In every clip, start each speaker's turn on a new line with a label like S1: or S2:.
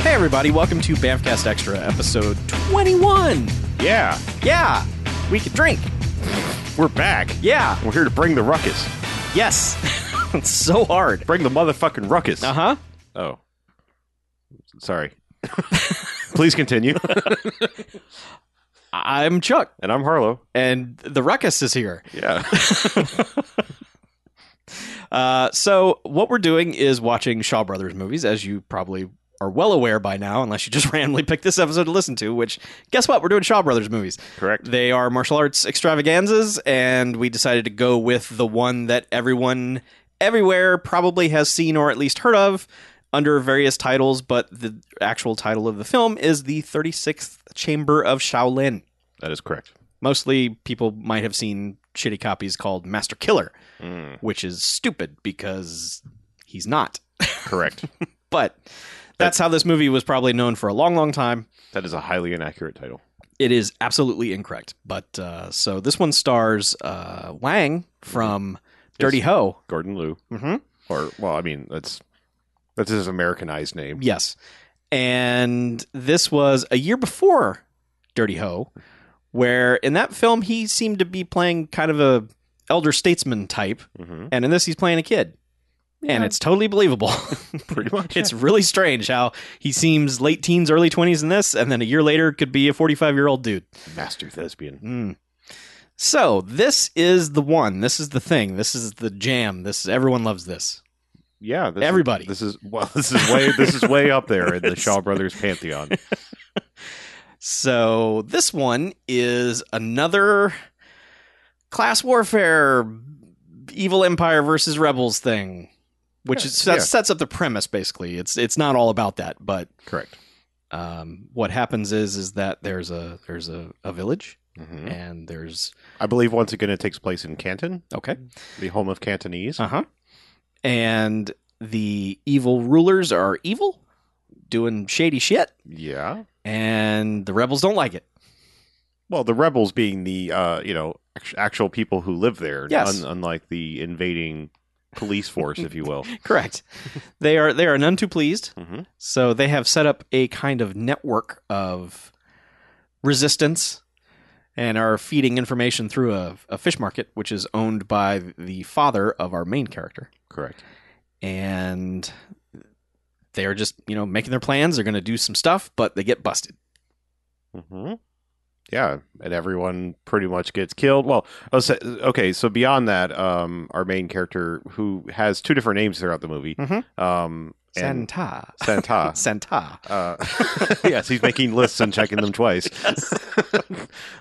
S1: Hey, everybody, welcome to Bamfcast Extra, episode 21.
S2: Yeah,
S1: Yeah, we could drink.
S2: we're back.
S1: Yeah,
S2: We're here to bring the ruckus.
S1: yes. it's so hard.
S2: Bring the motherfucking ruckus.
S1: Uh huh.
S2: Oh. Sorry. Please continue.
S1: I'm Chuck,
S2: and I'm Harlow.
S1: and the ruckus is here.
S2: Yeah.
S1: Uh, so, what we're doing is watching Shaw Brothers movies, as you probably are well aware by now, unless you just randomly picked this episode to listen to, which, guess what? We're doing Shaw Brothers movies.
S2: Correct.
S1: They are martial arts extravaganzas, and we decided to go with the one that everyone everywhere probably has seen or at least heard of under various titles, but the actual title of the film is The 36th Chamber of Shaolin.
S2: That is correct.
S1: Mostly people might have seen shitty copies called Master Killer,
S2: Mm,
S1: which is stupid because he's not.
S2: correct.
S1: But that's how this movie was probably known for a long, long time.
S2: that is a highly inaccurate title.
S1: It is absolutely incorrect. But uh, so this one stars uh, Wang from Dirty Ho.
S2: Gordon Liu.
S1: Mm-hmm.
S2: Or, well, I mean, that's that's his Americanized name.
S1: Yes. And this was a year before Dirty Ho, where in that film he seemed to be playing kind of a elder statesman type,
S2: Mm-hmm.
S1: and in this he's playing a kid. And it's totally believable.
S2: Pretty much.
S1: it's really strange how he seems late teens, early 20s in this, and then a year later could be a 45 year old dude.
S2: Master Thespian.
S1: Mm. So this is the one. This is the thing. This is the jam. This everyone loves this.
S2: Yeah. This
S1: Everybody.
S2: Is, this is, well, this is way, this is way up there in the Shaw Brothers pantheon.
S1: So this one is another class warfare, evil empire versus rebels thing, which
S2: Yeah,
S1: is, that
S2: yeah.
S1: sets up the premise basically. It's it's not all about that, but
S2: Correct.
S1: um, what happens is is that there's a there's a, a village
S2: hmm
S1: and there's
S2: I believe once again it takes place in Canton,
S1: okay
S2: the home of Cantonese.
S1: Uh huh. And the evil rulers are evil, doing shady shit,
S2: Yeah.
S1: and the rebels don't like it.
S2: Well, the rebels being the uh, you know act- actual people who live there,
S1: Yes.
S2: unlike the invading police force, if you will.
S1: Correct. they are they are none too pleased.
S2: Mhm.
S1: So they have set up a kind of network of resistance and are feeding information through a, a fish market, which is owned by the father of our main character.
S2: Correct.
S1: And they are just, you know, making their plans. They're going to do some stuff, but they get busted.
S2: hmm Yeah, and everyone pretty much gets killed. Well, I'll say- okay. So beyond that, um, our main character who has two different names throughout the movie,
S1: Mhm.
S2: um, and
S1: Santa. Ah.
S2: Santa.
S1: Santa.
S2: Uh, yes, he's making lists and checking them twice.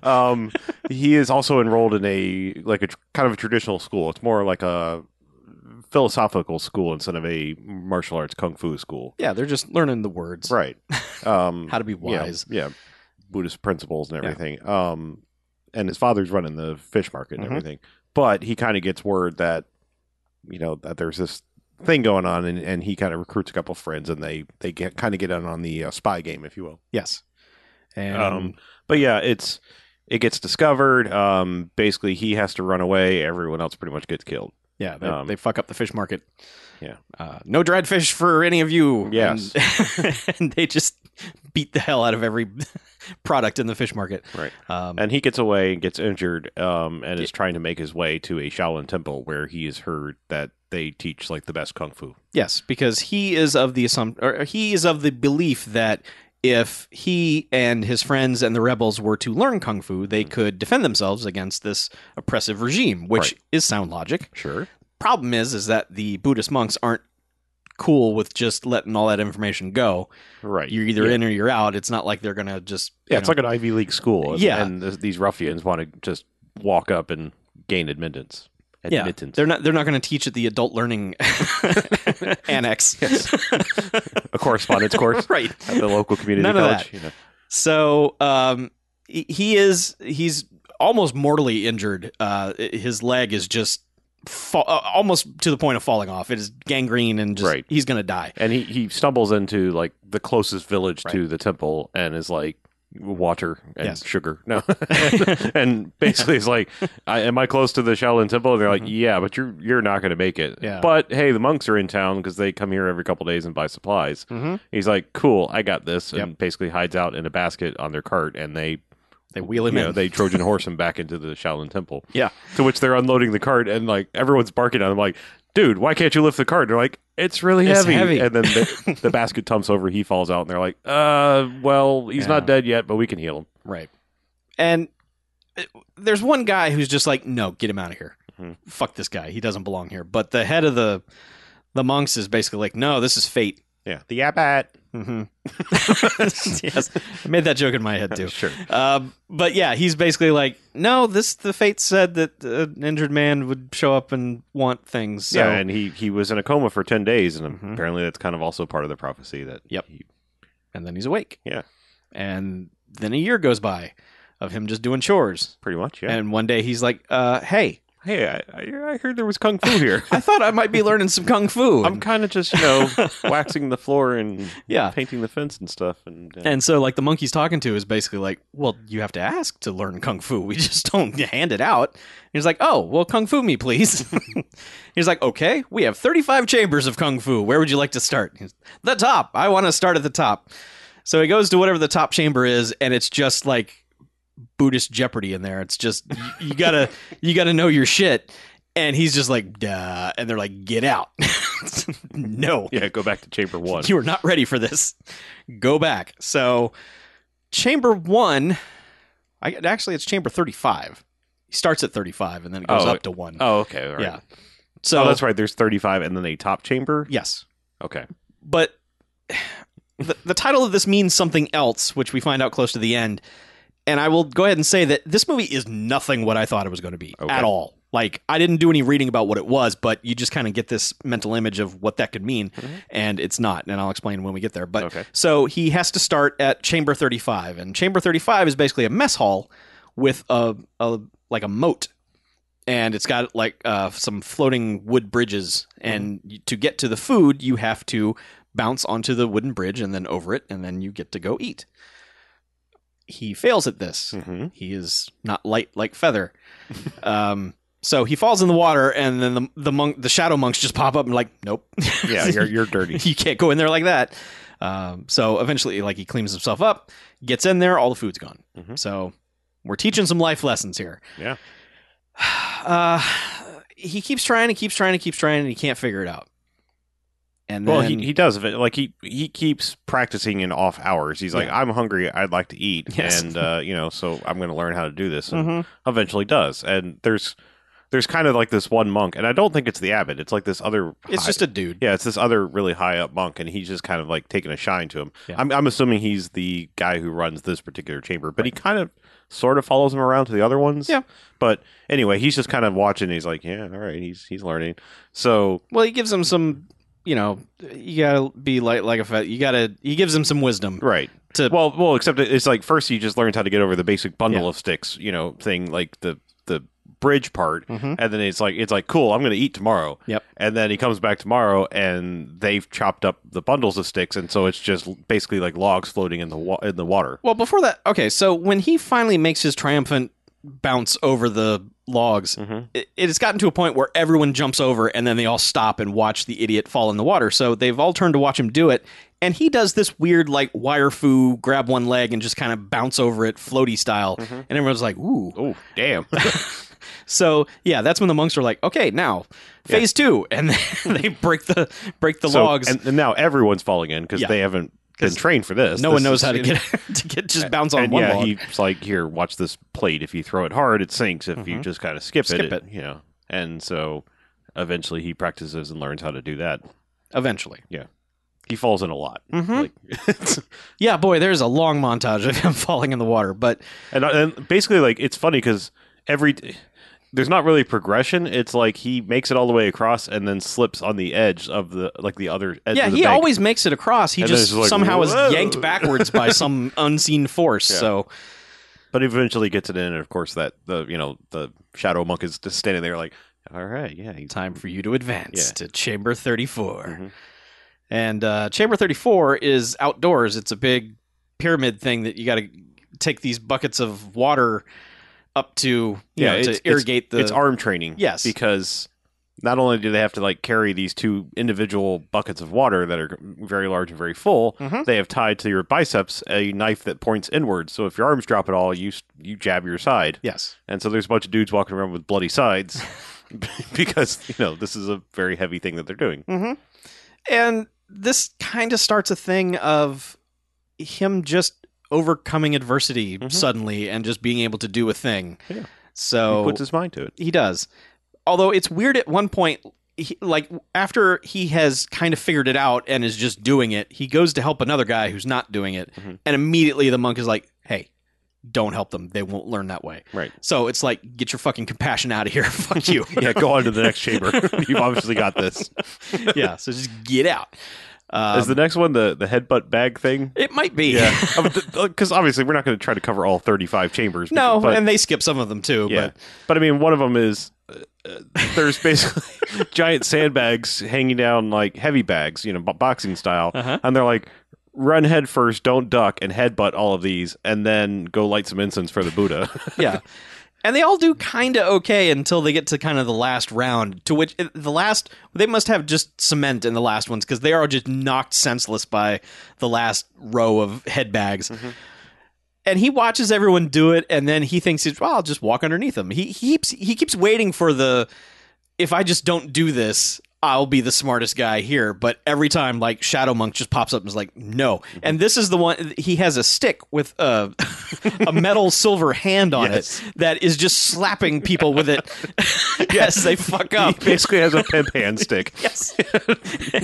S2: um, he is also enrolled in a like a tr- kind of a traditional school. It's more like a philosophical school instead of a martial arts kung fu school.
S1: Yeah, they're just learning the words.
S2: Right. Um,
S1: How to be
S2: yeah,
S1: wise.
S2: Yeah, Buddhist principles and
S1: Yeah.
S2: everything. Um, and his father's running the fish market and
S1: Mhm.
S2: everything. But he kind of gets word that you know that there's this thing going on, and, and he kind of recruits a couple friends, and they they get kind of get in on the uh, spy game, if you will.
S1: Yes. And
S2: Um, But yeah, it's it gets discovered. Um, basically, he has to run away. Everyone else pretty much gets killed.
S1: yeah, they,
S2: um,
S1: they fuck up the fish market.
S2: Yeah.
S1: Uh, no dried fish for any of you.
S2: Yes.
S1: And, and they just beat the hell out of every product in the fish market.
S2: Right.
S1: Um,
S2: And he gets away and gets injured, um, and is
S1: Yeah.
S2: trying to make his way to a Shaolin temple where he has heard that they teach like the best kung fu.
S1: yes, because he is of the assump- or he is of the belief that if he and his friends and the rebels were to learn kung fu, they
S2: Mm-hmm.
S1: could defend themselves against this oppressive regime, which is sound logic.
S2: Sure.
S1: problem is is that the Buddhist monks aren't cool with just letting all that information go.
S2: Right.
S1: You're either
S2: yeah.
S1: in or you're out. It's not like they're gonna just
S2: Yeah,
S1: you
S2: it's
S1: know-
S2: like an Ivy League school. And,
S1: Yeah.
S2: And th- these ruffians want to just walk up and gain admittance.
S1: yeah,
S2: Admittance.
S1: they're not they're not gonna teach at the adult learning annex.
S2: a correspondence course
S1: right.
S2: at the local community
S1: None of
S2: college.
S1: that.
S2: You know.
S1: So um, he he is he's almost mortally injured. Uh, his leg is just fa- uh, almost to the point of falling off. It is gangrene and just
S2: Right.
S1: he's going to die.
S2: And he, he stumbles into like the closest village to
S1: Right.
S2: the temple and is like water and
S1: Yes.
S2: sugar. No. and, basically it's like I, am I close to the Shaolin temple? And they're like,
S1: Mhm.
S2: "Yeah, but you're you're not going to make it."
S1: Yeah.
S2: But hey, the monks are in town because they come here every couple days and buy supplies.
S1: Mm-hmm.
S2: He's like, "Cool, I got this." And basically hides out in a basket on their cart and they
S1: They wheel
S2: you
S1: him
S2: know,
S1: in.
S2: they Trojan horse him back into the Shaolin Temple.
S1: Yeah.
S2: To which they're unloading the cart and like everyone's barking at him like, dude, why can't you lift the cart? And they're like, it's really
S1: It's
S2: heavy.
S1: heavy.
S2: And then the, the basket tumps over, he falls out, and they're like, uh, well, he's
S1: Yeah.
S2: not dead yet, but we can heal him.
S1: Right. And uh, there's one guy who's just like, no, get him out of here.
S2: Mhm.
S1: Fuck this guy. He doesn't belong here. But the head of the the monks is basically like, no, this is fate.
S2: Yeah. The Yabat. Mm-hmm.
S1: hmm yes, I made that joke in my head too.
S2: Sure.
S1: Um, but yeah, he's basically like, no, this the fate said that uh, an injured man would show up and want things. So
S2: yeah, and he, he was in a coma for 10 days, and
S1: Mhm.
S2: apparently that's kind of also part of the prophecy that.
S1: Yep.
S2: he-
S1: and then he's awake.
S2: Yeah.
S1: And then a year goes by of him just doing chores.
S2: pretty much, yeah.
S1: And one day he's like, uh, hey,
S2: hey, I, I I heard there was kung fu here.
S1: I thought I might be learning some kung fu.
S2: I'm kind of just, you know, waxing the floor and
S1: Yeah.
S2: painting the fence and stuff. And, uh,
S1: And so, like, the monk he's talking to is basically like, well, you have to ask to learn kung fu. We just don't hand it out. And he's like, oh, well, kung fu me, please. he's like, okay, we have 35 chambers of kung fu. Where would you like to start? He's, the top. I want to start at the top. So he goes to whatever the top chamber is, and it's just like Buddhist Jeopardy in there. It's just you, you gotta you gotta know your shit. And he's just like, duh. And they're like, get out. no.
S2: yeah, go back to chamber one.
S1: You are not ready for this. Go back. So, chamber one, I, actually, it's chamber 35. He starts at 35 and then it goes
S2: Oh,
S1: up to one.
S2: Oh, okay. all right.
S1: Yeah. So,
S2: oh, that's right. There's 35 and then a top chamber.
S1: yes.
S2: Okay.
S1: But the, the title of this means something else, which we find out close to the end. And I will go ahead and say that this movie is nothing what I thought it was going to be
S2: Okay.
S1: at all. Like, I didn't do any reading about what it was, but you just kind of get this mental image of what that could mean.
S2: Mhm.
S1: And it's not. And I'll explain when we get there. But
S2: okay.
S1: So he has to start at chamber 35, and chamber 35 is basically a mess hall with a, a like a moat, and it's got like uh, some floating wood bridges. And y- to get to the food, you have to bounce onto the wooden bridge and then over it, and then you get to go eat. He fails at this.
S2: Mm-hmm.
S1: He is not light like feather. um, so he falls in the water, and then the the monk, the shadow monks, just pop up and like, nope.
S2: Yeah, you're, you're dirty.
S1: you can't go in there like that. Um, so eventually, like he cleans himself up, gets in there, all the food's gone.
S2: Mhm.
S1: So we're teaching some life lessons here.
S2: Yeah.
S1: Uh, he keeps trying and keeps trying and keeps trying, and he can't figure it out. And then,
S2: Well, he, he does. Like he he keeps practicing in off hours. He's like, I'm hungry. I'd like to eat,
S1: Yes.
S2: and uh, you know, so I'm going to learn how to do this. And
S1: Mhm.
S2: eventually, does. And there's there's kind of like this one monk, and I don't think it's the abbot. It's like this other.
S1: it's
S2: high-
S1: just a dude.
S2: yeah, it's this other really high up monk, and he's just kind of like taking a shine to him.
S1: Yeah.
S2: I'm, I'm assuming he's the guy who runs this particular chamber, but he kind of sort of follows him around to the other ones.
S1: Yeah.
S2: But anyway, he's just kind of watching. And he's like, yeah, all right, he's he's learning. So
S1: Well, he gives him some, you know, you gotta be light like a feather. You gotta. He gives him some wisdom.
S2: right.
S1: To-
S2: well, well, except it's like first he just learns how to get over the basic bundle
S1: Yeah.
S2: of sticks, you know, thing like the the bridge part.
S1: Mhm.
S2: And then it's like it's like cool. I'm going to eat tomorrow.
S1: Yep.
S2: And then he comes back tomorrow, and they've chopped up the bundles of sticks, and so it's just basically like logs floating in the wa- in the water.
S1: Well, before that, okay. So when he finally makes his triumphant bounce over the logs,
S2: Mm-hmm.
S1: it, it's gotten to a point where everyone jumps over and then they all stop and watch the idiot fall in the water. So they've all turned to watch him do it. And he does this weird, like, wire foo, grab one leg and just kind of bounce over it, floaty style.
S2: Mhm.
S1: And everyone's like, ooh.
S2: Oh, damn.
S1: So, yeah, that's when the monks are like, okay, now phase two. And they break the break the
S2: So-
S1: logs.
S2: And, and now everyone's falling in because
S1: Yeah.
S2: they haven't been
S1: 'Cause
S2: trained for this.
S1: no
S2: This
S1: one knows
S2: is-
S1: how to get, to get just bounce on
S2: And
S1: one
S2: yeah,
S1: log.
S2: he's like, here, watch this plate. If you throw it hard, it sinks. If you
S1: Mhm.
S2: just kind of skip,
S1: Skip
S2: it,
S1: it.
S2: you know. And so eventually he practices and learns how to do that.
S1: eventually.
S2: He falls in a lot.
S1: Mhm.
S2: Like,
S1: Yeah, boy, there's a long montage of him falling in the water. But
S2: and, and basically, like, it's funny because every. There's not really progression. It's like he makes it all the way across and then slips on the edge of the like the other edge
S1: yeah,
S2: of the
S1: he
S2: bank.
S1: always makes it across. He
S2: And then
S1: just
S2: it's like,
S1: somehow
S2: "Whoa."
S1: is yanked backwards by some unseen force.
S2: Yeah.
S1: So
S2: But eventually gets it in, and of course that the you know the shadow monk is just standing there like, All right. Yeah. he's-
S1: Time for you to advance
S2: Yeah.
S1: to Chamber 34.
S2: Mhm.
S1: And uh, Chamber 34 is outdoors. It's a big pyramid thing that you got to take these buckets of water up to, you
S2: Yeah,
S1: know,
S2: it's-
S1: to irrigate the.
S2: it's arm training.
S1: Yes.
S2: Because not only do they have to like carry these two individual buckets of water that are very large and very full,
S1: Mhm.
S2: they have tied to your biceps a knife that points inward. So if your arms drop at all, you s- you jab your side.
S1: Yes.
S2: And so there's a bunch of dudes walking around with bloody sides because you know this is a very heavy thing that they're doing.
S1: hmm And this kind of starts a thing of him just overcoming adversity
S2: Mhm.
S1: suddenly and just being able to do a thing.
S2: Yeah.
S1: So
S2: He puts his mind to it.
S1: He does. Although it's weird at one point, he, like after he has kind of figured it out and is just doing it, he goes to help another guy who's not doing it,
S2: Mhm.
S1: and immediately the monk is like, "Hey, don't help them. They won't learn that way."
S2: Right.
S1: So it's like, get your fucking compassion out of here. Fuck you.
S2: Yeah, go on to the next chamber. You've obviously got this.
S1: yeah. So just get out. Um,
S2: Is the next one the the headbutt bag thing?
S1: it might be.
S2: Yeah, Uh, because obviously we're not going to try to cover all thirty-five chambers.
S1: no,
S2: but,
S1: and they skip some of them too.
S2: yeah, but, I mean, one of them is uh, uh, there's basically giant sandbags hanging down like heavy bags, you know, bo- boxing style,
S1: But, uh-huh.
S2: and they're like run head first, don't duck, and headbutt all of these, and then go light some incense for the Buddha.
S1: yeah. And they all do kind of okay until they get to kind of the last round, to which eh, the last, they must have just cement in the last ones because they are just knocked senseless by the last row of head bags.
S2: Mhm.
S1: And he watches everyone do it and then he thinks, he's, well, I'll just walk underneath them. He, he, keeps, he keeps waiting for the, if I just don't do this, I'll be the smartest guy here. But every time, like, Shadow Monk just pops up and is like, no. And this is the one, he has a stick with a, a metal silver hand on it
S2: Yes.
S1: that is just slapping people with it yes they fuck
S2: he
S1: up
S2: basically has a pimp hand stick.
S1: yes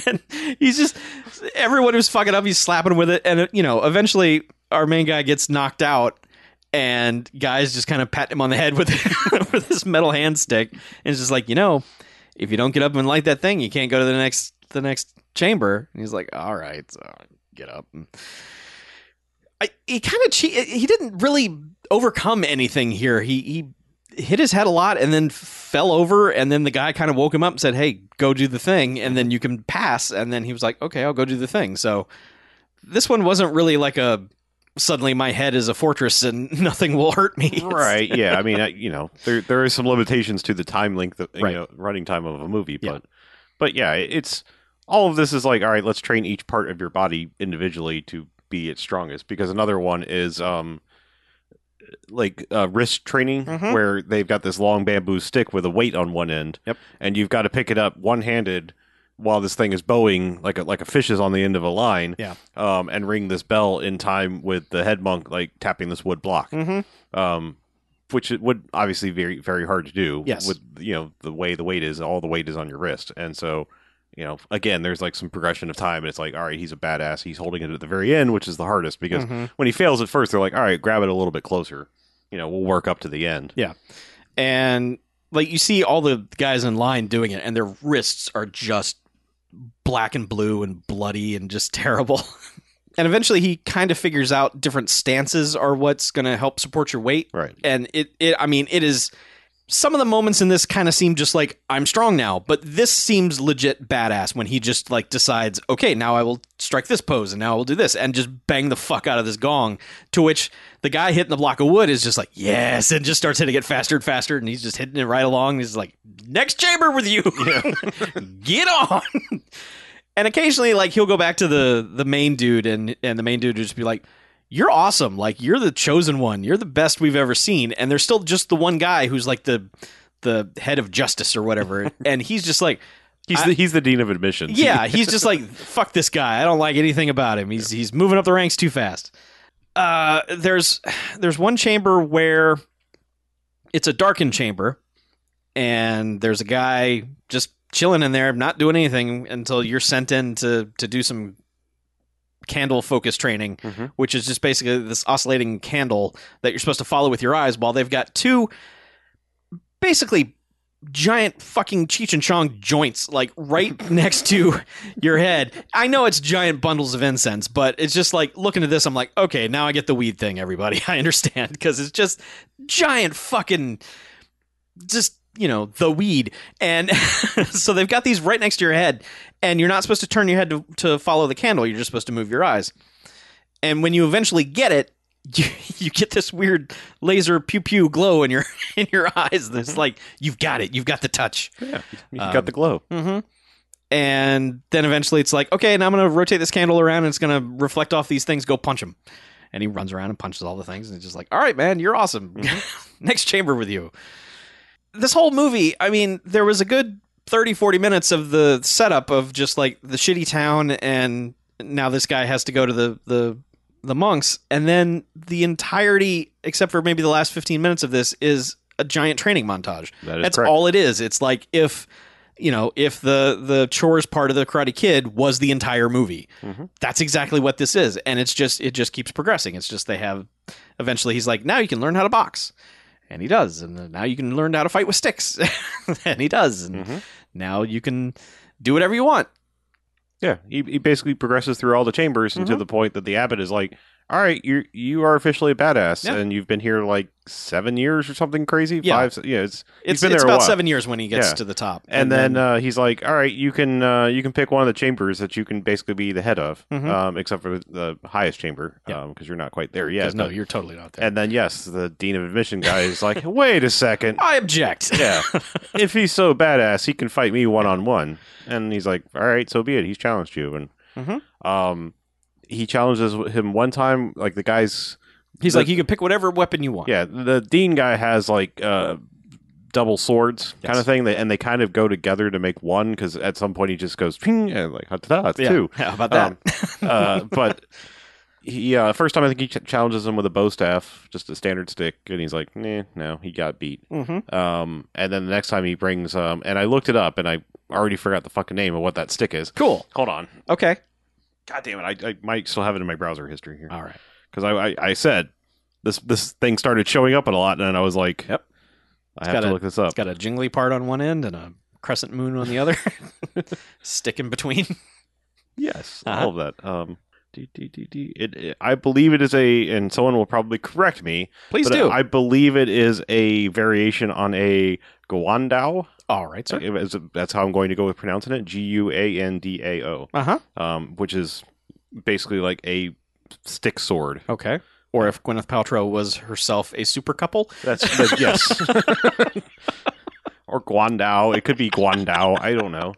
S1: and he's just everyone who's fucking up he's slapping with it and uh, you know eventually our main guy gets knocked out and guys just kind of pat him on the head with with this metal hand stick and it's just like you know if you don't get up and light that thing you can't go to the next the next chamber and he's like all right so get up I, he kind of che- he didn't really overcome anything here. He he hit his head a lot and then fell over and then the guy kind of woke him up and said, "Hey, go do the thing and then you can pass." And then he was like, "Okay, I'll go do the thing." So this one wasn't really like a suddenly my head is a fortress and nothing will hurt me.
S2: right yeah i mean I, you know there there are some limitations to the time length of, you
S1: Right.
S2: know running time of a movie but
S1: Yeah.
S2: but yeah it- it's all of this is like all right let's train each part of your body individually to be its strongest because another one is um like uh, wrist training
S1: Mhm.
S2: where they've got this long bamboo stick with a weight on one end
S1: Yep.
S2: and you've got to pick it up one-handed while this thing is bowing like a like a fish is on the end of a line
S1: Yeah.
S2: um and ring this bell in time with the head monk like tapping this wood block
S1: Mhm.
S2: um, which it would obviously very very hard to do.
S1: Yes.
S2: with you know the way the weight is, all the weight is on your wrist, and so you know again, there's like some progression of time, and it's like all right, he's a badass. He's holding it at the very end, which is the hardest because
S1: Mhm.
S2: when he fails at first, they're like all right, grab it a little bit closer. You know, we'll work up to the end.
S1: And like you see all the guys in line doing it and their wrists are just black and blue and bloody and just terrible. and eventually he kind of figures out different stances are what's going to help support your weight
S2: Right.
S1: and it, it I mean it is some of the moments in this kind of seem just like I'm strong now, but this seems legit badass when he just like decides, okay, now I will strike this pose and now I will do this and just bang the fuck out of this gong. To which the guy hitting the block of wood is just like, yes, and just starts hitting it faster and faster, and he's just hitting it right along. And he's like, next chamber with you, get on. And occasionally, like he'll go back to the the main dude, and and the main dude would just be like, "You're awesome! Like you're the chosen one. You're the best we've ever seen." And there's still just the one guy who's like the the head of justice or whatever, and he's just like,
S2: He's
S1: I-
S2: the, he's the dean of admissions.
S1: yeah, he's just like fuck this guy. I don't like anything about him. He's he's moving up the ranks too fast. Uh, there's there's one chamber where it's a darkened chamber, and there's a guy just chilling in there, not doing anything until you're sent in to to do some candle focus training,
S2: Mhm.
S1: which is just basically this oscillating candle that you're supposed to follow with your eyes. While they've got two basically giant fucking Cheech and Chong joints like right next to your head. I know it's giant bundles of incense, but it's just like looking at this, I'm like, okay, now I get the weed thing, everybody. I understand because it's just giant fucking just you know, the weed. And so they've got these right next to your head, and you're not supposed to turn your head to, to follow the candle. You're just supposed to move your eyes. And when you eventually get it, you, you get this weird laser pew pew glow in your in your eyes. And it's like you've got it. You've got the touch.
S2: Yeah, you
S1: Um,
S2: got the glow.
S1: Mm-hmm. And then eventually it's like, okay, now I'm going to rotate this candle around and it's going to reflect off these things. Go punch him. And he runs around and punches all the things. And it's just like, all right, man, you're awesome. Next chamber with you. This whole movie, I mean, there was a good 30, 40 minutes of the setup of just like the shitty town. And now this guy has to go to the, the, the monks. And then the entirety, except for maybe the last 15 minutes of this, is a giant training montage.
S2: That is
S1: That's
S2: correct.
S1: all it is. It's like if you know if the the chores part of the Karate Kid was the entire movie.
S2: Mhm.
S1: That's exactly what this is, and it's just it just keeps progressing. It's just they have eventually he's like now you can learn how to box, and he does, and then now you can learn how to fight with sticks, and he does, and
S2: Mhm.
S1: now you can do whatever you want.
S2: Yeah, he, he basically progresses through all the chambers and to
S1: Mhm.
S2: the point that the abbot is like, "All right, you you are officially a badass,
S1: Yeah.
S2: and you've been here like seven years or something crazy.
S1: Yeah.
S2: Five, se- yeah, it's
S1: It's,
S2: been
S1: it's
S2: there a
S1: about
S2: while.
S1: seven years when he gets
S2: Yeah.
S1: to the top,
S2: and, then, uh, he's like, "All right, you can uh, you can pick one of the chambers that you can basically be the head of,
S1: Mhm.
S2: um, except for the highest chamber, because
S1: Yeah.
S2: you're not quite there
S1: 'cause
S2: yet."
S1: no,
S2: but-
S1: you're totally not there.
S2: and then yes, the dean of admission guy is like, "Wait a second,
S1: I object.
S2: yeah, if he's so badass, he can fight me one on one." And he's like, "All right, so be it. He's challenged you." And
S1: Mhm.
S2: um, he challenges him one time. Like the guys,
S1: He's
S2: The-
S1: like you can pick whatever weapon you want.
S2: yeah, the dean guy has like uh, double swords kind
S1: Yes.
S2: of thing, they, and they kind of go together to make one because at some point he just goes "Ping," and like "Ha, ta, ta, it's
S1: Yeah.
S2: two.
S1: How about that?
S2: Um, uh, but he uh, first time I think he ch- challenges him with a bow staff, just a standard stick, and he's like, "Nah, no, he got beat."
S1: mm-hmm.
S2: Um, and then the next time he brings, um, and I looked it up, and I already forgot the fucking name of what that stick is.
S1: Cool.
S2: Hold on,
S1: Okay.
S2: god damn it, I, I might still have it in my browser history here
S1: All right.
S2: because I, I I said this this thing started showing up in a lot, and then I was like,
S1: Yep.
S2: I have
S1: got
S2: to
S1: a-
S2: look this up.
S1: It's got a jingly part on one end and a crescent moon on the other. Stick in between.
S2: Yes,
S1: Uh-huh.
S2: all of that. Um, dee, dee, dee, dee. It, it- I believe it is a, and someone will probably correct me.
S1: Please
S2: but
S1: do.
S2: I believe it is a variation on a guandao.
S1: All right, sir.
S2: It is- That's how I'm going to go with pronouncing it. G U A N D A O,
S1: Uh huh.
S2: um, which is basically like a stick sword.
S1: Okay. Or if Gwyneth Paltrow was herself a super couple.
S2: That's but yes. or guandao. It could be guandao. I don't know.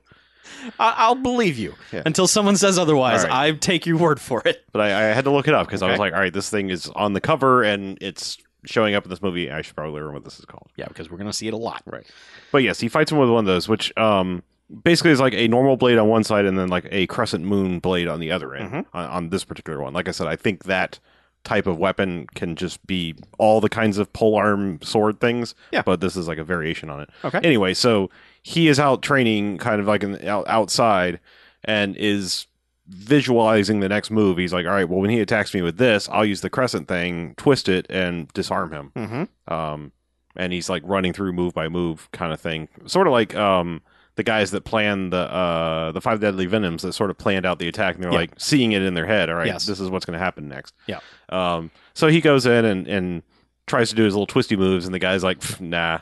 S1: I- I'll believe you
S2: Yeah.
S1: until someone says otherwise.
S2: All
S1: I take your word for it.
S2: But I, I had to look it up because I was
S1: Okay.
S2: like, all right, this thing is on the cover and it's showing up in this movie. I should probably learn what this is called.
S1: Yeah, because we're gonna see it a lot.
S2: Right. But yes, he fights him with one of those, which um, basically is like a normal blade on one side and then like a crescent moon blade on the other end
S1: Mhm.
S2: on, on this particular one. Like I said, I think that type of weapon can just be all the kinds of pole arm sword things.
S1: Yeah.
S2: But this is like a variation on it.
S1: Okay.
S2: Anyway, so he is out training kind of like in, out, outside and is visualizing the next move. He's like, all right, well, when he attacks me with this, I'll use the crescent thing, twist it, and disarm him
S1: Mm-hmm.
S2: um, and he's like running through move by move kind of thing, sort of like um, the guys that plan the uh, the five deadly venoms that sort of planned out the attack, and they're
S1: Yeah.
S2: like seeing it in their head. All right,
S1: Yes.
S2: this is what's going to happen next.
S1: Yeah.
S2: Um, so he goes in and and tries to do his little twisty moves, and the guy's like, "Pff, "Nah,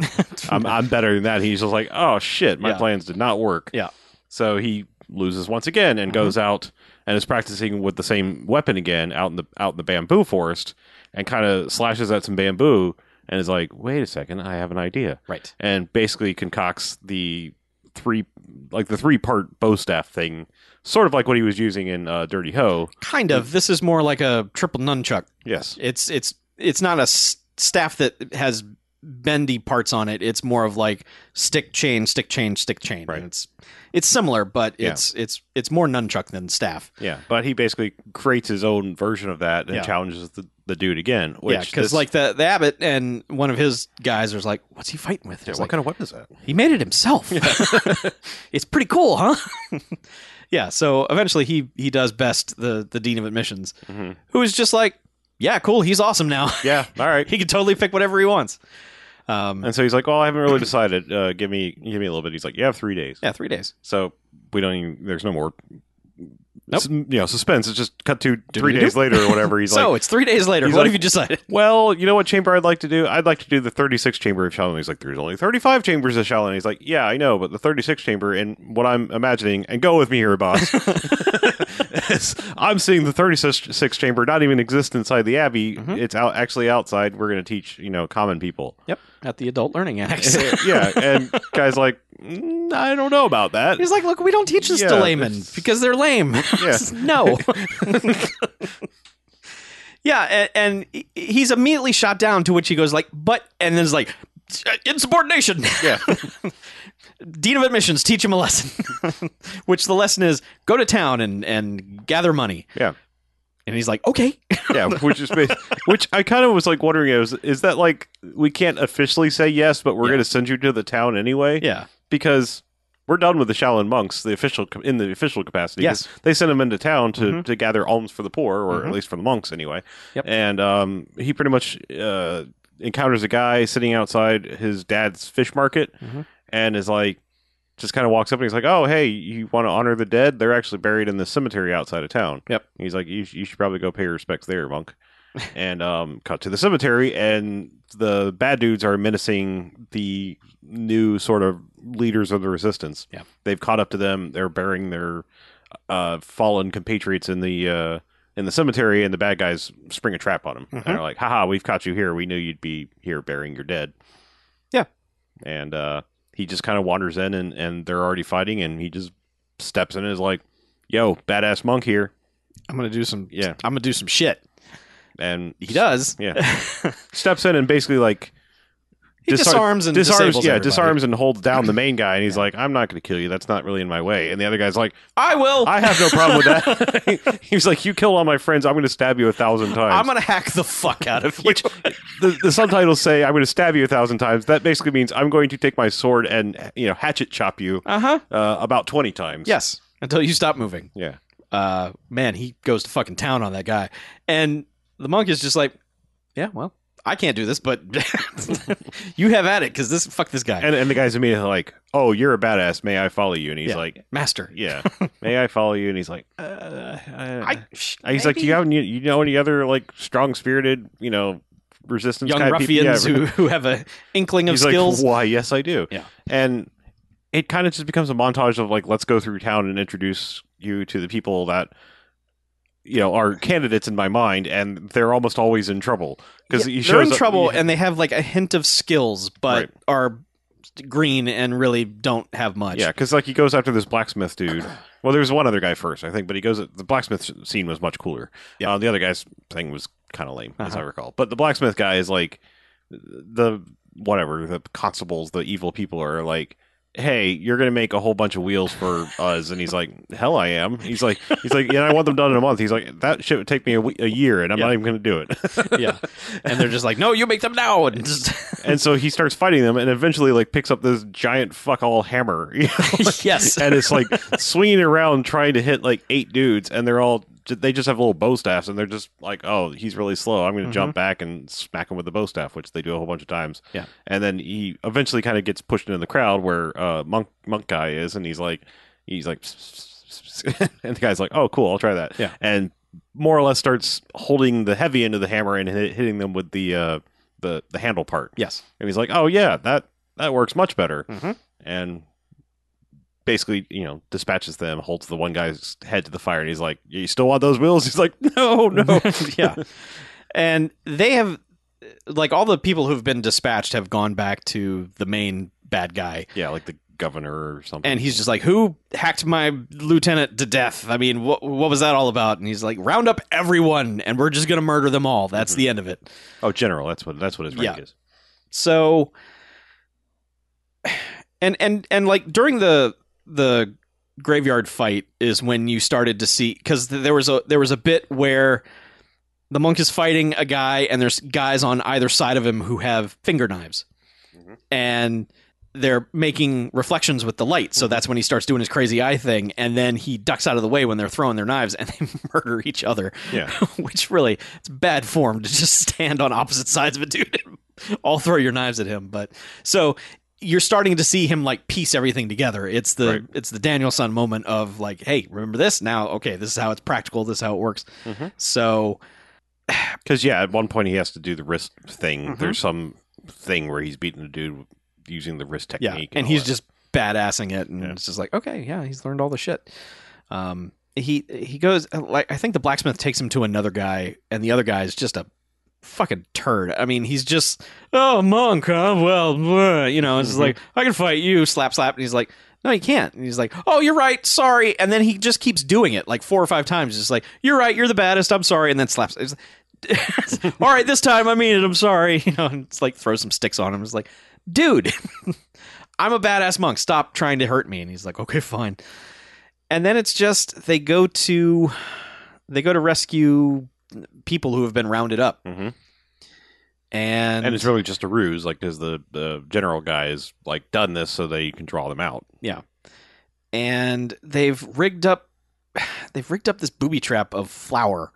S2: I'm I'm better than that." He's just like, "Oh shit, my
S1: Yeah.
S2: plans did not work."
S1: Yeah.
S2: So he loses once again and
S1: Mhm.
S2: goes out and is practicing with the same weapon again out in the out in the bamboo forest and kind of slashes at some bamboo and is like, "Wait a second, I have an idea."
S1: Right.
S2: And basically concocts the three like the three part bow staff thing, sort of like what he was using in uh, Dirty Hoe.
S1: Kind of. This is more like a triple nunchuck.
S2: Yes.
S1: It's it's it's not a s- staff that has bendy parts on it. It's more of like stick chain, stick chain, stick chain. And
S2: Right.
S1: it's it's similar, but
S2: Yeah.
S1: it's it's it's more nunchuck than staff.
S2: Yeah, but he basically creates his own version of that and
S1: Yeah.
S2: challenges the, the dude again. Which
S1: yeah, because
S2: this-
S1: like the the abbot and one of his guys was like, "What's he fighting with?"
S2: Yeah,
S1: It's
S2: what
S1: like,
S2: kind of weapon is that?
S1: he made it himself. it's pretty cool, huh? yeah. So eventually, he he does best the the dean of admissions,
S2: Mhm.
S1: who is just like, "Yeah, cool. He's awesome now.
S2: Yeah, all right.
S1: he can totally pick whatever he wants." Um,
S2: And so he's like, "Well, I haven't really decided. Uh, give me, give me a little bit." He's like, "You have three days."
S1: yeah, three days.
S2: So we don't even. There's no more
S1: Nope.
S2: s- you know, suspense. It's just cut to three
S1: do-
S2: days later or whatever. He's
S1: so
S2: like,
S1: it's three days later.
S2: he's
S1: What
S2: like-
S1: have you decided?
S2: well, you know what chamber I'd like to do? I'd like to do the 36 chamber of Shaolin. He's like, there's only 35 chambers of Shaolin. He's like, yeah, I know, but the 36 chamber and what I'm imagining, and go with me here, boss. is I'm seeing the 36 chamber not even exist inside the abbey.
S1: Mhm.
S2: It's out actually outside. We're going to teach, you know, common people.
S1: Yep, at the Adult Learning Annex.
S2: yeah, and guys like, "Mm, I don't know about that.
S1: He's like, look, we don't teach this to
S2: Yeah,
S1: laymen
S2: it's-
S1: because they're lame.
S2: Yeah.
S1: no. yeah, and, and he's immediately shot down. To which he goes like, but, and then is like, insubordination.
S2: Yeah.
S1: Dean of admissions, teach him a lesson. which the lesson is go to town and and gather money.
S2: Yeah.
S1: And he's like, okay.
S2: yeah, which is bas- which I kind of was like wondering is is that like we can't officially say yes, but we're
S1: Yeah.
S2: going to send you to the town anyway
S1: yeah.
S2: because we're done with the Shaolin monks, the official in the official capacity. 'cause
S1: Yes.
S2: they sent him into town to,
S1: Mhm.
S2: to gather alms for the poor, or
S1: Mhm.
S2: at least for the monks anyway.
S1: Yep.
S2: And um, he pretty much uh, encounters a guy sitting outside his dad's fish market,
S1: Mhm.
S2: and is like. Just kind of walks up and he's like, "Oh, hey, you want to honor the dead? They're actually buried in the cemetery outside of town."
S1: Yep.
S2: And he's like, you, sh- "You should probably go pay your respects there, monk." and um, cut to the cemetery, and the bad dudes are menacing the new sort of leaders of the resistance.
S1: Yeah.
S2: they've caught up to them. They're burying their uh, fallen compatriots in the uh, in the cemetery, and the bad guys spring a trap on them.
S1: Mhm.
S2: And they're like, "Haha, we've caught you here. We knew you'd be here burying your dead."
S1: Yeah.
S2: and uh, he just kind of wanders in, and and they're already fighting, and he just steps in and is like, "Yo, badass monk here,"
S1: I'm gonna do some.
S2: Yeah.
S1: I'm gonna do some shit.
S2: and
S1: He does.
S2: Yeah.
S1: he
S2: steps in and basically like Disar-
S1: disarms and
S2: disarms,
S1: disables
S2: yeah,
S1: everybody.
S2: disarms and holds down the main guy, and he's like, "I'm not going to kill you. That's not really in my way." And the other guy's like,
S1: I will.
S2: "I have no problem with that." he was like, "You killed all my friends. I'm going to stab you a thousand times."
S1: I'm gonna hack the fuck out of you.
S2: Which the, the subtitles say, "I'm going to stab you a thousand times." That basically means I'm going to take my sword and you know hatchet chop you
S1: Uh huh.
S2: uh, about twenty times.
S1: Yes. Until you stop moving.
S2: Yeah.
S1: Uh, man, he goes to fucking town on that guy, and the monk is just like, yeah, well, I can't do this, but you have at it because this fuck this guy,
S2: And and the guy's immediately like, "Oh, you're a badass. May I follow you?" And he's
S1: Yeah.
S2: like,
S1: master.
S2: "Yeah, may I follow you?" And he's like, uh, I,
S1: sh-
S2: Uh, He's like, do
S1: maybe
S2: you have any, you know any other like strong spirited you know resistance
S1: young
S2: kind of people?"
S1: ruffians
S2: Yeah,
S1: who, who have a inkling of
S2: He's like,
S1: skills?
S2: why? Yes, I do.
S1: Yeah.
S2: and it kind of just becomes a montage of like, let's go through town and introduce you to the people that you know are candidates in my mind, and they're almost always in trouble because
S1: Yeah,
S2: he
S1: they're
S2: shows
S1: in
S2: up-
S1: trouble,
S2: yeah,
S1: and they have like a hint of skills, but
S2: Right.
S1: are green and really don't have much.
S2: yeah, because like he goes after this blacksmith dude. Well, there's one other guy first, I think, but he goes. The blacksmith scene was much cooler.
S1: Yeah.
S2: Uh, the other guy's thing was kind of lame, as I
S1: Uh-huh.
S2: recall. But the blacksmith guy is like the whatever the constables, the evil people are like, "Hey, you're gonna make a whole bunch of wheels for us," and he's like, "Hell, I am." He's like, he's like, "Yeah, I want them done in a month." He's like, "That shit would take me a, we- a year, and I'm
S1: Yeah.
S2: not even gonna do it."
S1: yeah. And they're just like, no, you make them now, and just
S2: and so he starts fighting them, and eventually like picks up this giant fuck all hammer. you know?
S1: yes,
S2: and it's like swinging around trying to hit like eight dudes and they're all they just have little bow staffs and they're just like oh he's really slow i'm going to jump back and smack him with the bow staff which they do a whole bunch of times
S1: Mm-hmm. Yeah.
S2: and then he eventually kind of gets pushed into the crowd where uh monk monk guy is and he's like he's like and the guy's like oh cool i'll try that
S1: Yeah.
S2: and more or less starts holding the heavy end of the hammer and hit, hitting them with the uh the the handle part
S1: yes.
S2: and he's like, "Oh yeah, that that works much better."
S1: Mhm.
S2: And basically, you know, dispatches them, holds the one guy's head to the fire, and he's like, "You still want those wheels?" He's like, "No, no."
S1: yeah. And they have like all the people who've been dispatched have gone back to the main bad guy
S2: yeah, like the governor or something.
S1: and he's just like who hacked my lieutenant to death i mean what what was that all about and he's like round up everyone and we're just going to murder them all that's the end of it
S2: oh, general. That's what that's what his rank
S1: Yeah.
S2: is.
S1: so and and and like during the the graveyard fight is when you started to see because there was a there was a bit where the monk is fighting a guy and there's guys on either side of him who have finger knives
S2: Mhm.
S1: and they're making reflections with the light so that's when he starts doing his crazy eye thing and then he ducks out of the way when they're throwing their knives and they murder each other
S2: Yeah.
S1: which really it's bad form to just stand on opposite sides of a dude and all throw your knives at him but so you're starting to see him like piece everything together. It's the
S2: Right.
S1: it's the Danielson moment of like, hey, remember this now? Okay, this is how it's practical. This is how it works.
S2: Mhm.
S1: So
S2: Because yeah, at one point he has to do the wrist thing.
S1: Mhm.
S2: There's some thing where he's beating the dude using the wrist technique.
S1: yeah, and,
S2: all
S1: he's
S2: that.
S1: just badassing it, and
S2: Yeah.
S1: it's just like, okay, yeah, he's learned all the shit. Um, he he goes like I think the blacksmith takes him to another guy, and the other guy is just a fucking turd. I mean, he's just oh monk, huh? well, bleh," you know, it's just
S2: Mhm.
S1: like I can fight you, slap slap, and he's like. No, you can't. And he's like, "Oh, you're right. Sorry." And then he just keeps doing it like four or five times. Just like, "You're right. You're the baddest. I'm sorry." And then slaps. It's like, All right, this time I mean it. I'm sorry. You know, and it's like throws some sticks on him. It's like, dude, I'm a badass monk. Stop trying to hurt me. And he's like, okay, fine. And then it's just they go to they go to rescue people who have been rounded up,
S2: Mhm.
S1: and,
S2: and it's really just a ruse, like because the the general guy is like done this so they can draw them out.
S1: and they've rigged up they've rigged up this booby trap of flour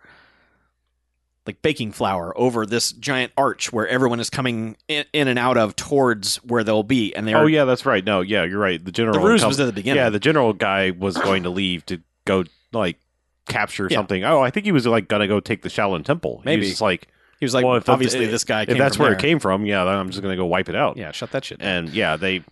S1: like baking flour over this giant arch where everyone is coming in, in and out of towards where they'll be and they're
S2: Oh yeah, that's right. No, yeah, you're right. The general
S1: the ruse
S2: intel-
S1: was at the beginning
S2: yeah, the general guy was going to leave to go like capture
S1: Yeah.
S2: something. Oh, I think he was like gonna go take the Shaolin Temple.
S1: Maybe.
S2: he was just like
S1: he was like
S2: well, if that's-
S1: obviously this guy came
S2: if that's
S1: from
S2: where
S1: there.
S2: it came from, yeah, then I'm just gonna go wipe it out.
S1: yeah shut that shit down.
S2: and yeah, they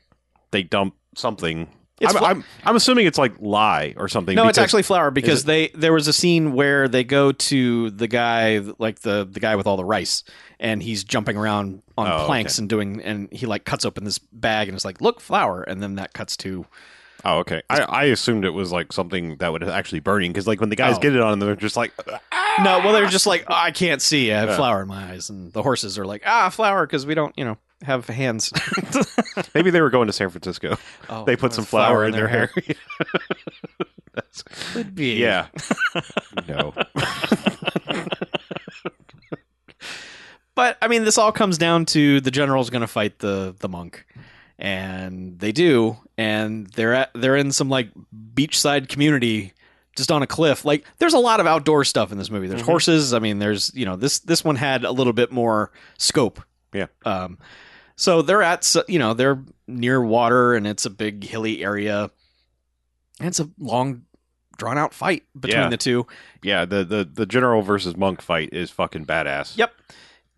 S2: they dump something.
S1: It's
S2: I'm,
S1: fl-
S2: I'm I'm assuming it's like lie or something.
S1: No, it's
S2: because-
S1: actually flour because
S2: it-
S1: they there was a scene where they go to the guy like the the guy with all the rice and he's jumping around on
S2: Oh, okay.
S1: planks and doing and he like cuts open this bag and it's like look flour and then that cuts to
S2: Oh, okay. I, I assumed it was like something that would actually burning because like when the guys
S1: Oh.
S2: get it on, they're just like,
S1: no well they're just like "Oh, I can't see I have
S2: Yeah.
S1: flour in my eyes and the horses are like ah flour because we don't you know have hands
S2: maybe they were going to San Francisco.
S1: oh,
S2: they put some flour, in their, hair. That's-
S1: could be
S2: yeah. no.
S1: But I mean, this all comes down to the general's going to fight the the monk, and they do, and they're at they're in some like beachside community, just on a cliff. Like, there's a lot of outdoor stuff in this movie. There's
S2: Mhm.
S1: horses. I mean, there's you know this this one had a little bit more scope.
S2: Yeah.
S1: Um, so they're at s- you know they're near water, and it's a big hilly area, and it's a long, drawn out fight between
S2: Yeah.
S1: the two.
S2: Yeah. The, the the general versus monk fight is fucking badass.
S1: Yep.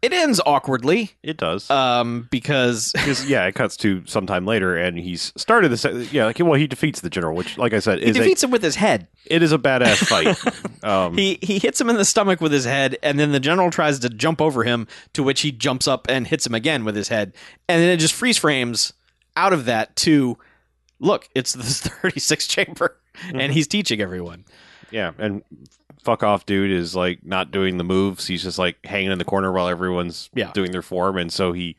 S1: It ends awkwardly,
S2: It does.
S1: um, because
S2: 'Cause, yeah, it cuts to sometime later, and he's started this. Yeah, like, well, he defeats the general, which, like I said,
S1: he
S2: is a,
S1: defeats him with his head.
S2: it is a badass fight. Um,
S1: Hmm. He he hits him in the stomach with his head, and then the general tries to jump over him, to which he jumps up and hits him again with his head, and then it just freeze frames out of that to look, it's the 36 chamber, and he's teaching everyone.
S2: Yeah, and fuck off, dude is like not doing the moves. He's just like hanging in the corner while everyone's
S1: Yeah.
S2: doing their form, and so he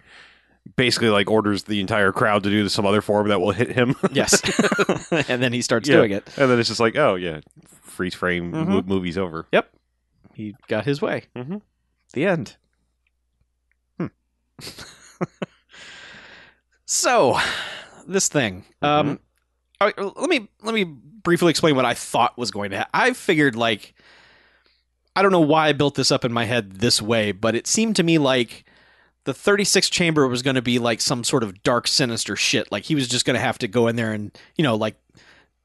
S2: basically like orders the entire crowd to do some other form that will hit him.
S1: Yes, and then he starts
S2: Yeah.
S1: doing it.
S2: and then it's just like, oh yeah, freeze frame,
S1: Mhm.
S2: mo- movie's over.
S1: He got his way.
S2: Mhm.
S1: The end. Hmm. so, this thing. Um, all right, let me let me briefly explain what I thought was going to happen. I figured like I don't know why I built this up in my head this way, but it seemed to me like the 36th chamber was going to be like some sort of dark sinister shit. Like he was just going to have to go in there and, you know, like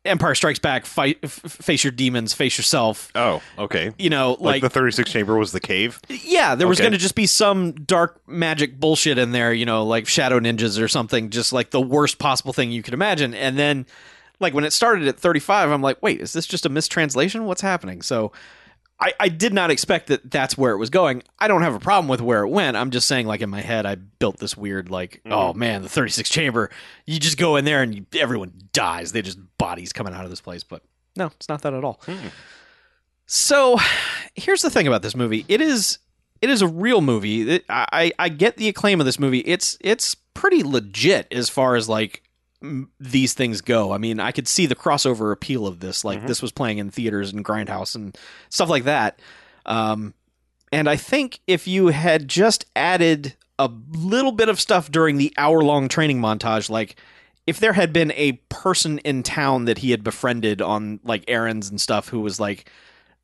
S1: Empire Strikes Back, fight f- face your demons, face yourself.
S2: Oh, okay.
S1: You know, like,
S2: Like, the 36 chamber was the cave.
S1: yeah, there was
S2: Okay.
S1: going to just be some dark magic bullshit in there, you know, like shadow ninjas or something, just like the worst possible thing you could imagine. And then, like, when it started at 35, I'm like, wait, is this just a mistranslation? What's happening? So I, I did not expect that that's where it was going. I don't have a problem with where it went. I'm just saying, like, in my head, I built this weird, like,
S2: Mhm.
S1: oh man, the 36 chamber, you just go in there and you, everyone dies. They just bodies coming out of this place. But no, it's not that at all.
S2: Hmm.
S1: So here's the thing about this movie. It is it is a real movie. It- I I- I get the acclaim of this movie. It's it's pretty legit as far as like m- these things go. I mean, I could see the crossover appeal of this. Like
S2: Mhm.
S1: this was playing in theaters and Grindhouse and stuff like that. Um, and I think if you had just added a little bit of stuff during the hour long training montage, like if there had been a person in town that he had befriended on like errands and stuff who was like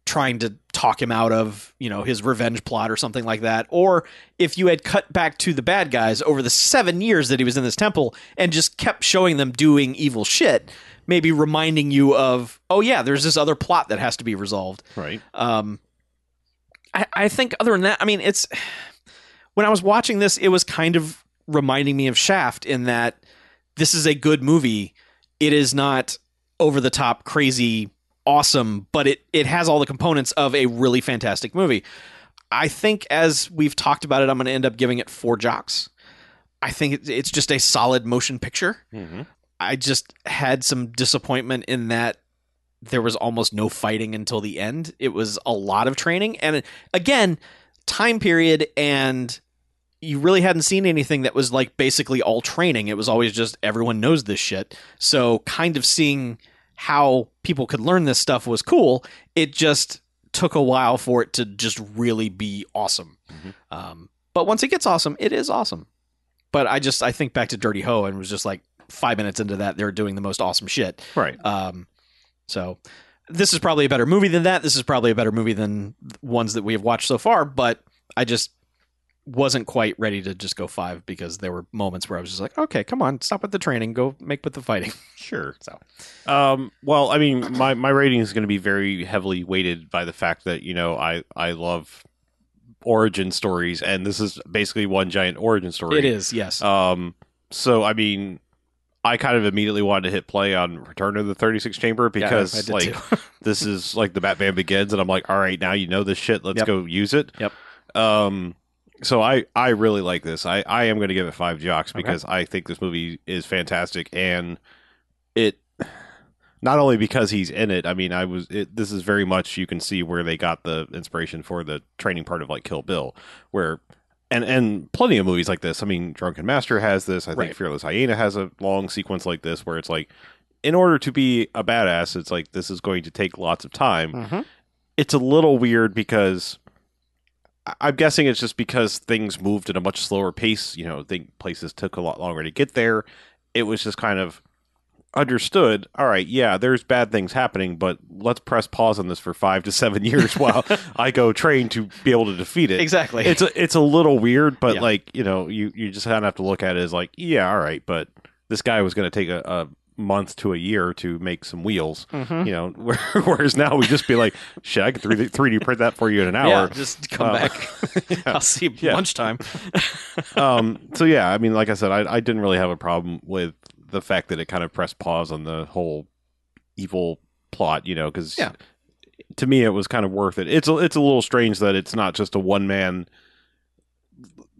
S1: trying to talk him out of, you know, his revenge plot or something like that. Or if you had cut back to the bad guys over the seven years that he was in this temple and just kept showing them doing evil shit, maybe reminding you of, oh yeah, there's this other plot that has to be resolved.
S2: Right.
S1: Um, I, I think other than that, I mean, it's when I was watching this, it was kind of reminding me of Shaft in that this is a good movie. It is not over the top, crazy, awesome, but it it has all the components of a really fantastic movie. I think as we've talked about it, I'm going to end up giving it four jocks. I think it- it's just a solid motion picture.
S2: Mm-hmm.
S1: I just had some disappointment in that there was almost no fighting until the end. It was a lot of training and again, time period and you really hadn't seen anything that was like basically all training. It was always just everyone knows this shit. So kind of seeing how people could learn this stuff was cool. It just took a while for it to just really be awesome.
S2: Mhm.
S1: Um, but once it gets awesome, it is awesome. But I just I think back to Dirty Ho and was just like five minutes into that, they're doing the most awesome shit.
S2: Right.
S1: Um, so this is probably a better movie than that. This is probably a better movie than th- ones that we have watched so far. But I just wasn't quite ready to just go five because there were moments where I was just like, okay, come on, stop with the training, go make with the fighting.
S2: Sure.
S1: So
S2: Um, well, I mean, my, my rating is going to be very heavily weighted by the fact that you know I I love origin stories, and this is basically one giant origin story.
S1: it is, yes.
S2: Um, so I mean, I kind of immediately wanted to hit play on Return of the Thirty Six Chamber
S1: Yeah, I- I
S2: because
S1: did
S2: like
S1: too.
S2: this is like the Batman Begins, and I'm like, all right, now you know this shit. Let's
S1: Yep.
S2: go use it.
S1: Yep.
S2: Um. So I I really like this. I I am going to give it five jocks
S1: Okay.
S2: because I think this movie is fantastic, and it not only because he's in it. I mean, I was it, this is very much you can see where they got the inspiration for the training part of like Kill Bill, where. And, and plenty of movies like this. I mean, Drunken Master has this. I think
S1: Right.
S2: Fearless Hyena has a long sequence like this where it's like in order to be a badass, it's like this is going to take lots of time.
S1: Mhm.
S2: It's a little weird because I- I'm guessing it's just because things moved at a much slower pace. You know, think places took a lot longer to get there. It was just kind of understood. All right, yeah, there's bad things happening, but let's press pause on this for five to seven years while I go train to be able to defeat it
S1: Exactly.
S2: it's a, it's a little weird, but
S1: Yeah.
S2: like you know, you you just kind of have to look at it as like, yeah, all right, but this guy was going to take a, a month to a year to make some wheels,
S1: Mhm.
S2: you know. Whereas now we just be like, shit, I could three D print that for you in an
S1: Yeah,
S2: hour.
S1: just come
S2: Uh,
S1: back. I'll see you
S2: Yeah.
S1: lunchtime.
S2: um, so yeah, I mean, like I said, I I didn't really have a problem with the fact that it kind of pressed pause on the whole evil plot, you know, because
S1: Yeah.
S2: to me it was kind of worth it. It's a, it's a little strange that it's not just a one man.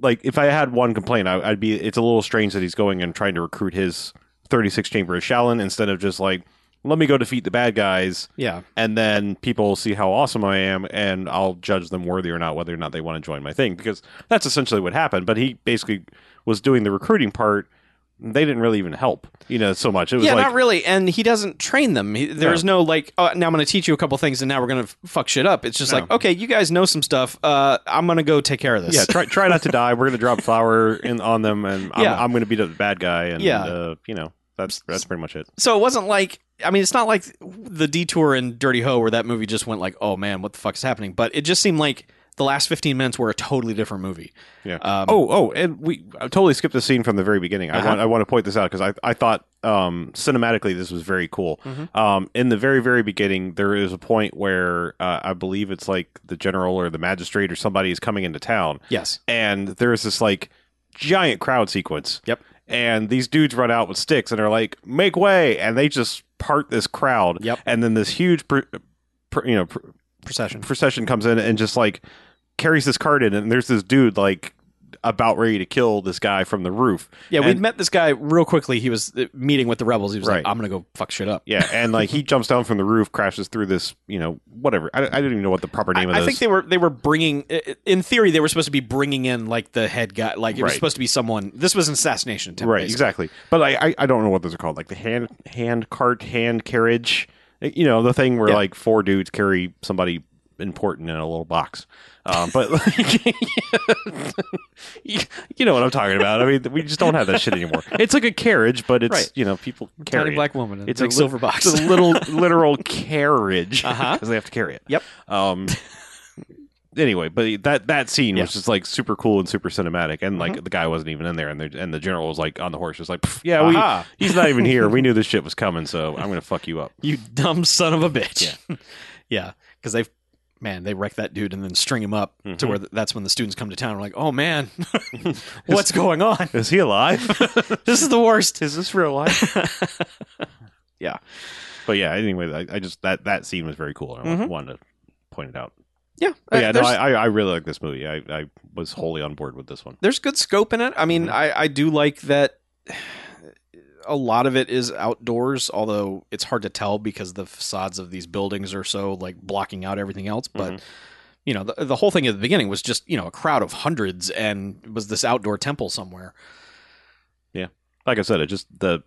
S2: Like if I had one complaint, I, I'd be it's a little strange that he's going and trying to recruit his thirty six chamber of Shaolin instead of just like let me go defeat the bad guys
S1: Yeah.
S2: and then people will see how awesome I am, and I'll judge them worthy or not, whether or not they want to join my thing, because that's essentially what happened. But he basically was doing the recruiting part. and They didn't really even help, you know, so much. It was
S1: yeah,
S2: like,
S1: not really. And he doesn't train them. He, there's no like, oh, now I'm going to teach you a couple things, and now we're going to fuck shit up. It's just
S2: No.
S1: like, okay, you guys know some stuff. Uh, I'm going to go take care of this.
S2: yeah, try try not to die. We're gonna drop flour in on them, and I'm,
S1: Yeah.
S2: I'm gonna beat up the bad guy, and
S1: Yeah.
S2: uh, you know, that's that's pretty much it.
S1: so it wasn't like, I mean, it's not like the detour in Dirty Ho where that movie just went like, oh man, what the fuck is happening? But it just seemed like the last 15 minutes were a totally different movie.
S2: Yeah.
S1: Um,
S2: oh, oh, and we I totally skipped the scene from the very beginning. I
S1: Uh-huh.
S2: want I want to point this out because I I thought um, cinematically this was very cool.
S1: Mhm.
S2: Um, in the very very beginning, there is a point where uh, I believe it's like the general or the magistrate or somebody is coming into town,
S1: Yes.
S2: and there is this like giant crowd sequence.
S1: Yep.
S2: And these dudes run out with sticks and are like, "Make way!" and they just part this crowd.
S1: Yep.
S2: And then this huge, pr- pr- you know, pr-
S1: Procession.
S2: procession comes in and just like carries this card in, and there's this dude like about ready to kill this guy from the roof.
S1: Yeah, we'd
S2: And-
S1: met this guy real quickly. He was uh, meeting with the rebels. He was
S2: Right.
S1: like, I'm going to go fuck shit up.
S2: Yeah, and like he jumps down from the roof, crashes through this, you know, whatever. I, I don't even know what the proper name
S1: I,
S2: of
S1: I
S2: this.
S1: think they were they were bringing i- i- in theory they were supposed to be bringing in like the head guy like it was
S2: Right.
S1: supposed to be someone this was an assassination attempt
S2: right,
S1: basically.
S2: exactly. But I, I I don't know what those are called, like the hand hand cart, hand carriage, eh, you know, the thing where
S1: Yeah.
S2: like four dudes carry somebody important in a little box. Um, but like, you you know what I'm talking about. I mean, we just don't have that shit anymore. It's like a carriage, but it's
S1: Right.
S2: you know people carry
S3: Tiny
S2: it.
S3: black woman. It's
S2: It's
S1: Big
S2: a li-
S1: silver box.
S2: It's a little literal carriage because
S1: Uh-huh.
S2: they have to carry it.
S1: Yep.
S2: Um. Anyway, but that that scene was just like super cool and super cinematic, and like the guy wasn't even in there, and the and the general was like on the horse, just like "Pff, yeah,
S1: Aha.
S2: we he's not even here. We knew this shit was coming, so I'm gonna fuck you up.
S1: You dumb son of a bitch. Yeah.
S3: yeah, because they've man they wreck that dude and then string him up
S2: Mhm.
S3: to where th- that's when the students come to town. and are like, oh man, what's going on?
S2: Is he alive?
S3: This is the worst.
S2: Is this real life?
S1: Yeah.
S2: but yeah. Anyway, I, I just that that scene was very cool, and I
S1: Mhm.
S2: wanted to point it out. But
S1: Uh,
S2: Oh, yeah, no,
S1: there's-
S2: I I I really like this movie. I I was wholly on board with this one.
S1: there's good scope in it. I mean,
S2: Mhm.
S1: I, I do like that a lot of it is outdoors, although it's hard to tell because the facades of these buildings are so like blocking out everything else. But you know, the, the whole thing at the beginning was just, you know, a crowd of hundreds and it was this outdoor temple somewhere.
S2: like I said, it just the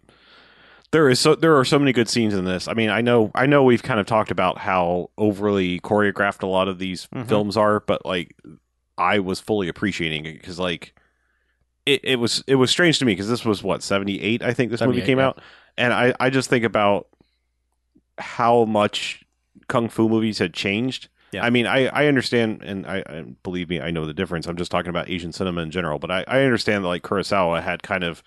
S2: there is so there are so many good scenes in this. I mean, I know I know we've kind of talked about how overly choreographed a lot of these
S1: Mhm.
S2: films are, but like I was fully appreciating it because like it, it was it was strange to me because this was what seventy eight I think this movie
S3: 78,
S2: came
S3: yeah.
S2: out, and I I just think about how much kung fu movies had changed.
S1: Yeah.
S2: I mean, I, I understand, and I, I believe me, I know the difference. I'm just talking about Asian cinema in general, but I, I understand that like Kurosawa had kind of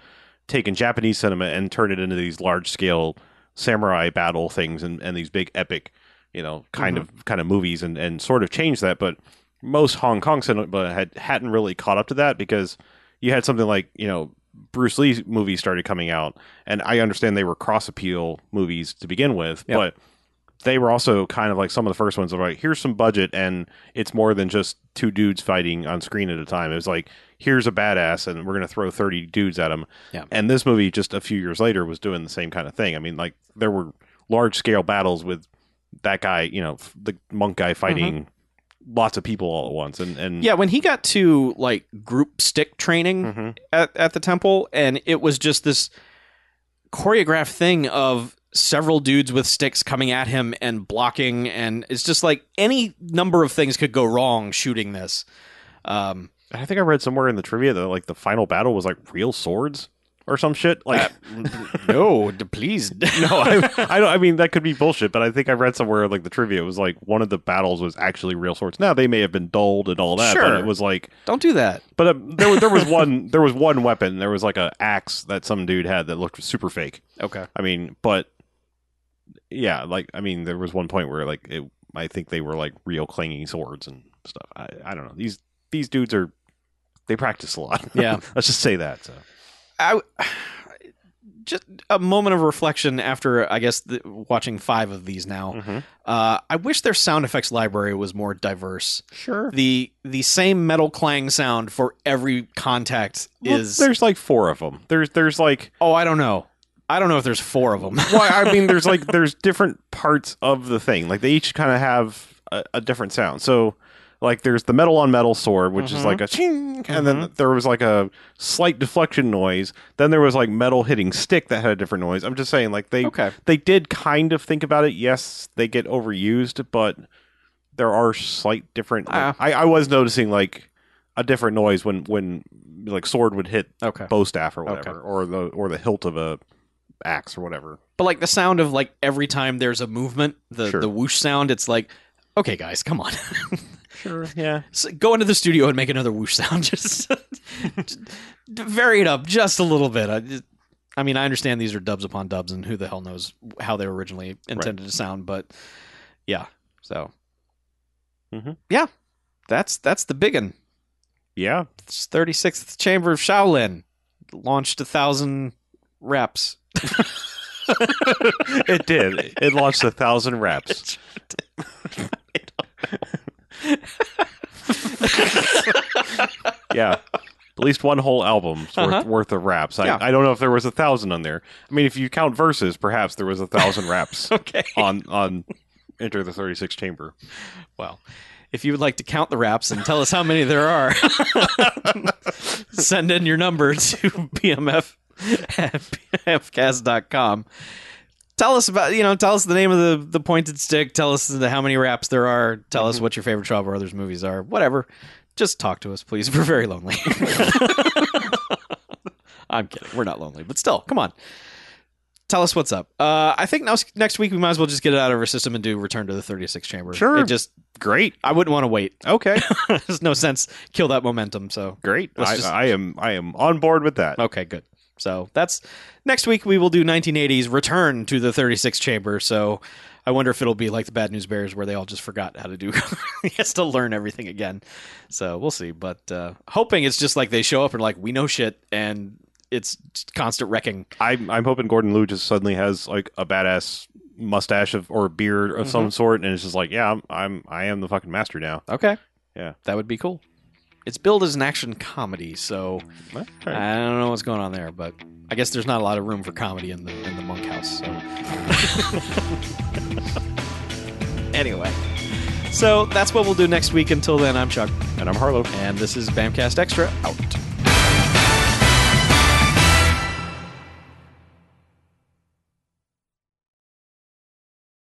S2: taken Japanese cinema and turned it into these large scale samurai battle things and, and these big epic, you know, kind of kind of movies and, and sort of changed that. But most Hong Kong cinema had hadn't really caught up to that because you had something like you know Bruce Lee movies started coming out, and I understand they were cross appeal movies to begin with,
S1: Yep.
S2: but they were also kind of like some of the first ones. Of like, here's some budget, and it's more than just two dudes fighting on screen at a time. It was like, here's a badass, and we're gonna throw thirty dudes at him.
S3: Yeah.
S2: And this movie, just a few years later, was doing the same kind of thing. I mean, like there were large scale battles with that guy, you know, f- the monk guy fighting lots of people all at once, and and
S1: Yeah, when he got to like group stick training
S2: Mhm.
S1: at, at the temple, and it was just this choreographed thing of several dudes with sticks coming at him and blocking, and it's just like any number of things could go wrong shooting this. Um,
S2: I think I read somewhere in the trivia that like the final battle was like real swords or some shit.
S1: Uh,
S2: Like
S1: no, d- please.
S2: no, I, I don't. I mean that could be bullshit, but I think I read somewhere like the trivia was like one of the battles was actually real swords. Now they may have been dulled and all that, but
S1: Sure.
S2: it was like.
S1: Don't do that.
S2: But um, there, was- there was one there was one weapon. There was like a axe that some dude had that looked super fake.
S1: Okay.
S2: I mean, but yeah, like I mean, there was one point where like it, I think they were like real clanging swords and stuff. I, I don't know. These these dudes are they practice a lot.
S3: Yeah.
S2: let's just say that. So.
S1: I just a moment of reflection after I guess the, watching five of these now. Uh, I wish their sound effects library was more diverse.
S2: Sure.
S1: The the same metal clang sound for every contact is
S2: there's like four of them. There's there's like
S1: oh I don't know I don't know if there's four of them.
S2: well, I mean, there's like there's different parts of the thing. Like they each kind of have a, a different sound. So like there's the metal on metal sword, which is
S1: Mhm.
S2: like a ching, and
S1: Mm-hmm.
S2: then there was like a slight deflection noise. Then there was like metal hitting stick that had a different noise. I'm just saying, like they
S1: Okay.
S2: they did kind of think about it. Yes, they get overused, but there are slight different. like-
S1: Ah.
S2: I I was noticing like a different noise when when like sword would hit
S1: Okay,
S2: bow staff or
S1: Okay.
S2: whatever, or the or the hilt of a axe or whatever.
S1: but like the sound of like every time there's a movement, the
S2: Sure.
S1: the whoosh sound. It's like okay guys, come on,
S2: Sure. Yeah.
S1: So go into the studio and make another whoosh sound. Just, just vary it up just a little bit. I, just- I mean, I understand these are dubs upon dubs, and who the hell knows how they were originally intended to sound, but yeah. So,
S2: Mhm.
S1: yeah, that's that's the big one.
S2: Yeah.
S1: Thirty sixth Chamber of Shaolin launched a thousand reps.
S2: It did. It launched a thousand reps. Yeah. At least one whole album's worth,
S1: Uh-huh.
S2: worth of raps. I,
S1: Yeah.
S2: I don't know if there was a thousand on there. I mean, if you count verses, perhaps there was a thousand raps
S1: okay.
S2: on on Enter the Thirty Six Chamber.
S1: Well, if you would like to count the raps and tell us how many there are, send in your number to bmf at bmfcast.com. Tell us about you know. Tell us the name of the the pointed stick. Tell us the, how many raps there are. Tell us what your favorite Shaw Brothers movies are. Whatever. Just talk to us, please. We're very lonely. I'm kidding. We're not lonely, but still, come on. Tell us what's up. Uh, I think now, next week we might as well just get it out of our system and do Return to the 36th Chamber.
S2: Sure.
S1: It just
S2: Great.
S1: I wouldn't want to wait.
S2: Okay.
S1: There's no sense kill that momentum. So
S2: Great.
S1: Let's
S2: I,
S1: just-
S2: I am I am on board with that.
S1: okay, good. So that's next week. We will do 1980s Return to the 36th Chamber. So I wonder if it'll be like the Bad News Bears, where they all just forgot how to do. he has to learn everything again. So we'll see. But uh, hoping it's just like they show up and like we know shit and it's constant wrecking.
S2: I'm I'm hoping Gordon Liu just suddenly has like a badass mustache of or beard of some sort, and it's just like, yeah, I'm, I'm I am the fucking master now.
S1: Okay.
S2: Yeah.
S1: That would be cool. It's billed as an action comedy, so
S2: All right.
S1: I don't know what's going on there, but I guess there's not a lot of room for comedy in the in the monkhouse. So. anyway, so that's what we'll do next week. Until then, I'm Chuck,
S2: And I'm Harlow.
S1: and this is Bamcast Extra out.